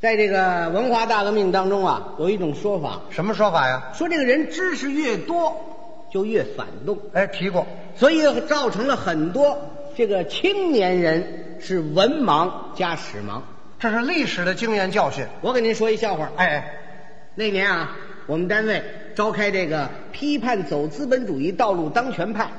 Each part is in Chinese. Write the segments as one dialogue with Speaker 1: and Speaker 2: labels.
Speaker 1: 在这个文化大革命当中啊，有一种说法，
Speaker 2: 什么说法呀？
Speaker 1: 说这个人知识越多，就越反动，
Speaker 2: 哎，提过，
Speaker 1: 所以造成了很多这个青年人是文盲加史盲。
Speaker 2: 这是历史的经验教训。
Speaker 1: 我给您说一笑话，
Speaker 2: 哎哎，
Speaker 1: 那年啊，我们单位召开这个批判走资本主义道路当权派，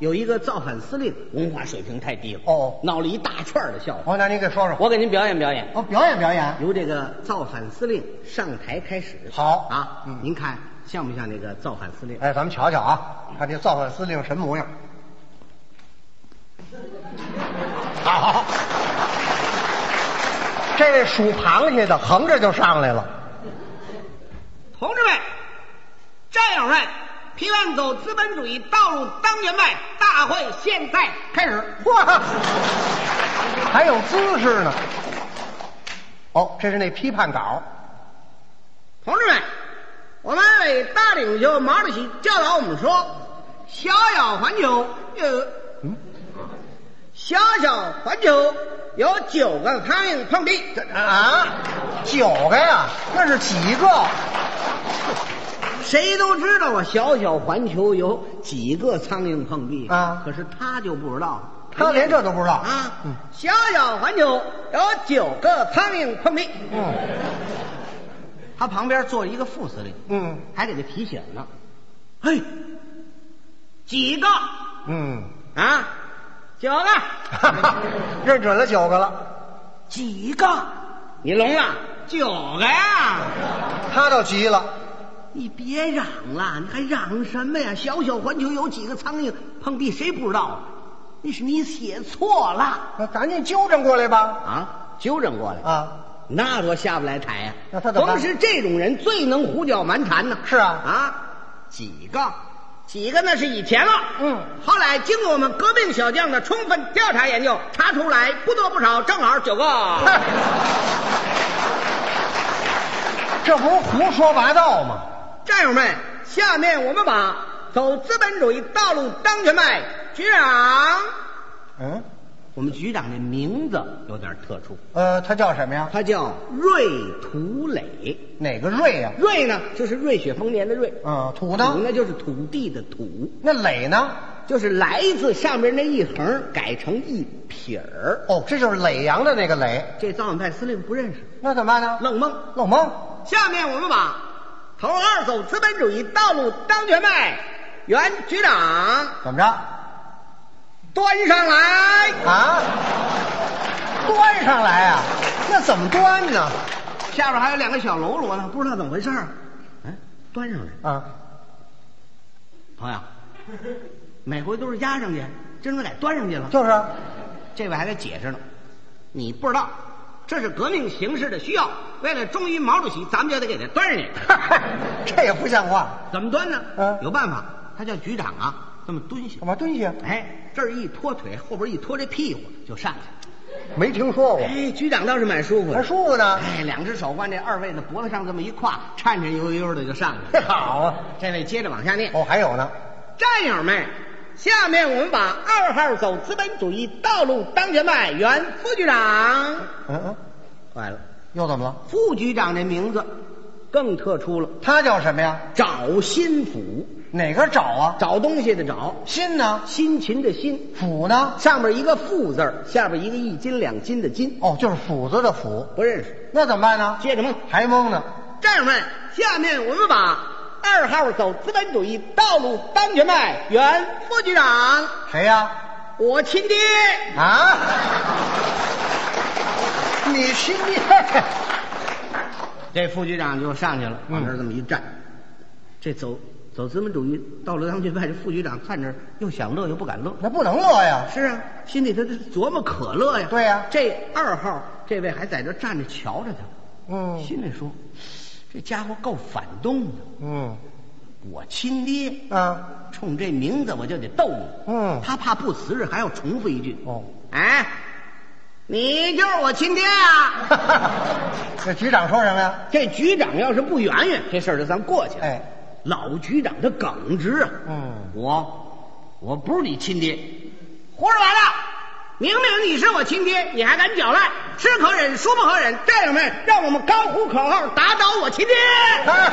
Speaker 1: 有一个造反司令，文化水平太低了，
Speaker 2: 哦
Speaker 1: 闹了一大串儿的笑话。
Speaker 2: 哦，那您给说说，
Speaker 1: 我给您表演表演，
Speaker 2: 我哦表演表演。
Speaker 1: 由这个造反司令上台开始。
Speaker 2: 好
Speaker 1: 啊，
Speaker 2: 嗯
Speaker 1: 您看像不像那个造反司令？
Speaker 2: 哎，咱们瞧瞧啊，看这造反司令什么模样。好，这位属螃蟹的横着就上来了。
Speaker 1: 同志们，战友们，批判走资本主义道路当权派大会现在开始。
Speaker 2: 哇，还有姿势呢。哦，这是那批判稿。
Speaker 1: 同志们，我们伟大领袖毛主席教导我们说：“小小环球，呃，
Speaker 2: 嗯，
Speaker 1: 小小环球有九个苍蝇碰壁。”
Speaker 2: 这啊，九个呀，那是几个？
Speaker 1: 谁都知道啊，小小环球有几个苍蝇碰壁
Speaker 2: 啊
Speaker 1: 可是他就不知道，
Speaker 2: 他连这都不知道
Speaker 1: 啊。
Speaker 2: 嗯
Speaker 1: 小小环球有九个苍蝇碰壁，
Speaker 2: 嗯
Speaker 1: 他旁边坐着一个副司令，
Speaker 2: 嗯
Speaker 1: 还给他提醒呢。嘿，几个
Speaker 2: 嗯，
Speaker 1: 啊？九个，
Speaker 2: 哈 哈，认准了九个了，
Speaker 1: 几个？你聋了？九个呀！
Speaker 2: 他倒急了。
Speaker 1: 你别嚷了，你还嚷什么呀？小小环球有几个苍蝇碰壁，谁不知道啊？那是你写错了。
Speaker 2: 那赶紧纠正过来吧。
Speaker 1: 啊，纠正过来，
Speaker 2: 啊，
Speaker 1: 那多下不来台呀、
Speaker 2: 那他怎么办
Speaker 1: 同时，这种人最能胡搅蛮缠呢。
Speaker 2: 是啊
Speaker 1: 啊，几个，几个那是以前了。
Speaker 2: 嗯，
Speaker 1: 后来经过我们革命小将的充分调查研究，查出来不多不少，正好九个。
Speaker 2: 这不是胡说八道吗？
Speaker 1: 战友们，下面我们把走资本主义道路当权派局长，
Speaker 2: 嗯，
Speaker 1: 我们局长这名字有点特殊，
Speaker 2: 呃，他叫什么呀？
Speaker 1: 他叫瑞土磊。
Speaker 2: 哪个瑞呀、
Speaker 1: 瑞呢，就是瑞雪丰年的瑞。
Speaker 2: 嗯，土
Speaker 1: 土
Speaker 2: 呢？
Speaker 1: 呢就是土地的土，
Speaker 2: 那垒呢？
Speaker 1: 就是来自上边那一横改成一撇儿。
Speaker 2: 哦，这就是耒阳的那个耒。
Speaker 1: 这造反派司令不认识，
Speaker 2: 那怎么办呢？
Speaker 1: 愣蒙。
Speaker 2: 老蒙，
Speaker 1: 下面我们把头二走资本主义道路当权派原局长
Speaker 2: 怎么着？
Speaker 1: 端上来。
Speaker 2: 啊，端上来啊？那怎么端呢？
Speaker 1: 下边还有两个小喽啰呢，不知道怎么回事儿。哎，端上来，
Speaker 2: 啊，
Speaker 1: 朋友，每回都是压上去，这怎么改端上去了？
Speaker 2: 就是 啊，
Speaker 1: 这位还得解释呢，你不知道，这是革命形势的需要。为了忠于毛主席，咱们就得给他端上 去。
Speaker 2: 这也不像话，
Speaker 1: 怎么端呢？
Speaker 2: 嗯
Speaker 1: 有办法，他叫局长啊，这么蹲下
Speaker 2: 干，嘛蹲下？
Speaker 1: 哎，这儿一拖腿，后边一拖这屁股就上去。
Speaker 2: 没听说过，
Speaker 1: 哎，局长倒是蛮舒服
Speaker 2: 哦还
Speaker 1: 的，
Speaker 2: 舒服呢。
Speaker 1: 哎，两只手往这二位的脖子上这么一挎，颤颤悠悠的就上去
Speaker 2: 嘿
Speaker 1: 了。
Speaker 2: 好啊，
Speaker 1: 这位接着往下念，
Speaker 2: 哦，还有呢，
Speaker 1: 战友们。下面我们把二号走资本主义道路当权派原副局长，
Speaker 2: 嗯嗯，
Speaker 1: 坏了，
Speaker 2: 又怎么了？
Speaker 1: 副局长这名字更特殊了，
Speaker 2: 他叫什么呀？
Speaker 1: 找心府，
Speaker 2: 哪个找啊？
Speaker 1: 找东西的找，
Speaker 2: 心呢？
Speaker 1: 辛勤的辛，
Speaker 2: 斧呢？
Speaker 1: 上面一个“富”字儿，下边一个一斤两斤的“斤
Speaker 2: 哦，就是斧子的斧”，。
Speaker 1: 不认识。
Speaker 2: 那怎么办呢？
Speaker 1: 接着蒙，
Speaker 2: 还蒙呢？
Speaker 1: 战友们，下面我们把二号走资本主义道路当权派原副局长，
Speaker 2: 谁呀？
Speaker 1: 我亲爹
Speaker 2: 啊？ 你亲爹？
Speaker 1: 这副局长就上去了，
Speaker 2: 嗯
Speaker 1: 往这儿这么一站，这走走资本主义道路当权派这副局长看着又想乐又不敢乐，
Speaker 2: 那不能乐呀！
Speaker 1: 是啊，心里头这琢磨可乐呀。
Speaker 2: 对啊呀
Speaker 1: 这二号这位还在这站着瞧着他，
Speaker 2: 嗯
Speaker 1: 心里说，这家伙够反动的。
Speaker 2: 嗯
Speaker 1: 我亲爹，
Speaker 2: 啊
Speaker 1: 冲这名字我就得逗你。
Speaker 2: 嗯
Speaker 1: 他怕不辞职，还要重复一句。
Speaker 2: 哦，
Speaker 1: 哎，你就是我亲爹啊！
Speaker 2: 这局长说什么呀？
Speaker 1: 这局长要是不圆圆，这事儿就算过去了。
Speaker 2: 哎，
Speaker 1: 老局长他耿直啊。
Speaker 2: 嗯
Speaker 1: 我我不是你亲爹，胡说八道！明明你是我亲爹，你还敢搅烂，是可忍，孰不可忍！战友们，让我们高呼口号，打倒我亲爹！
Speaker 2: 哎，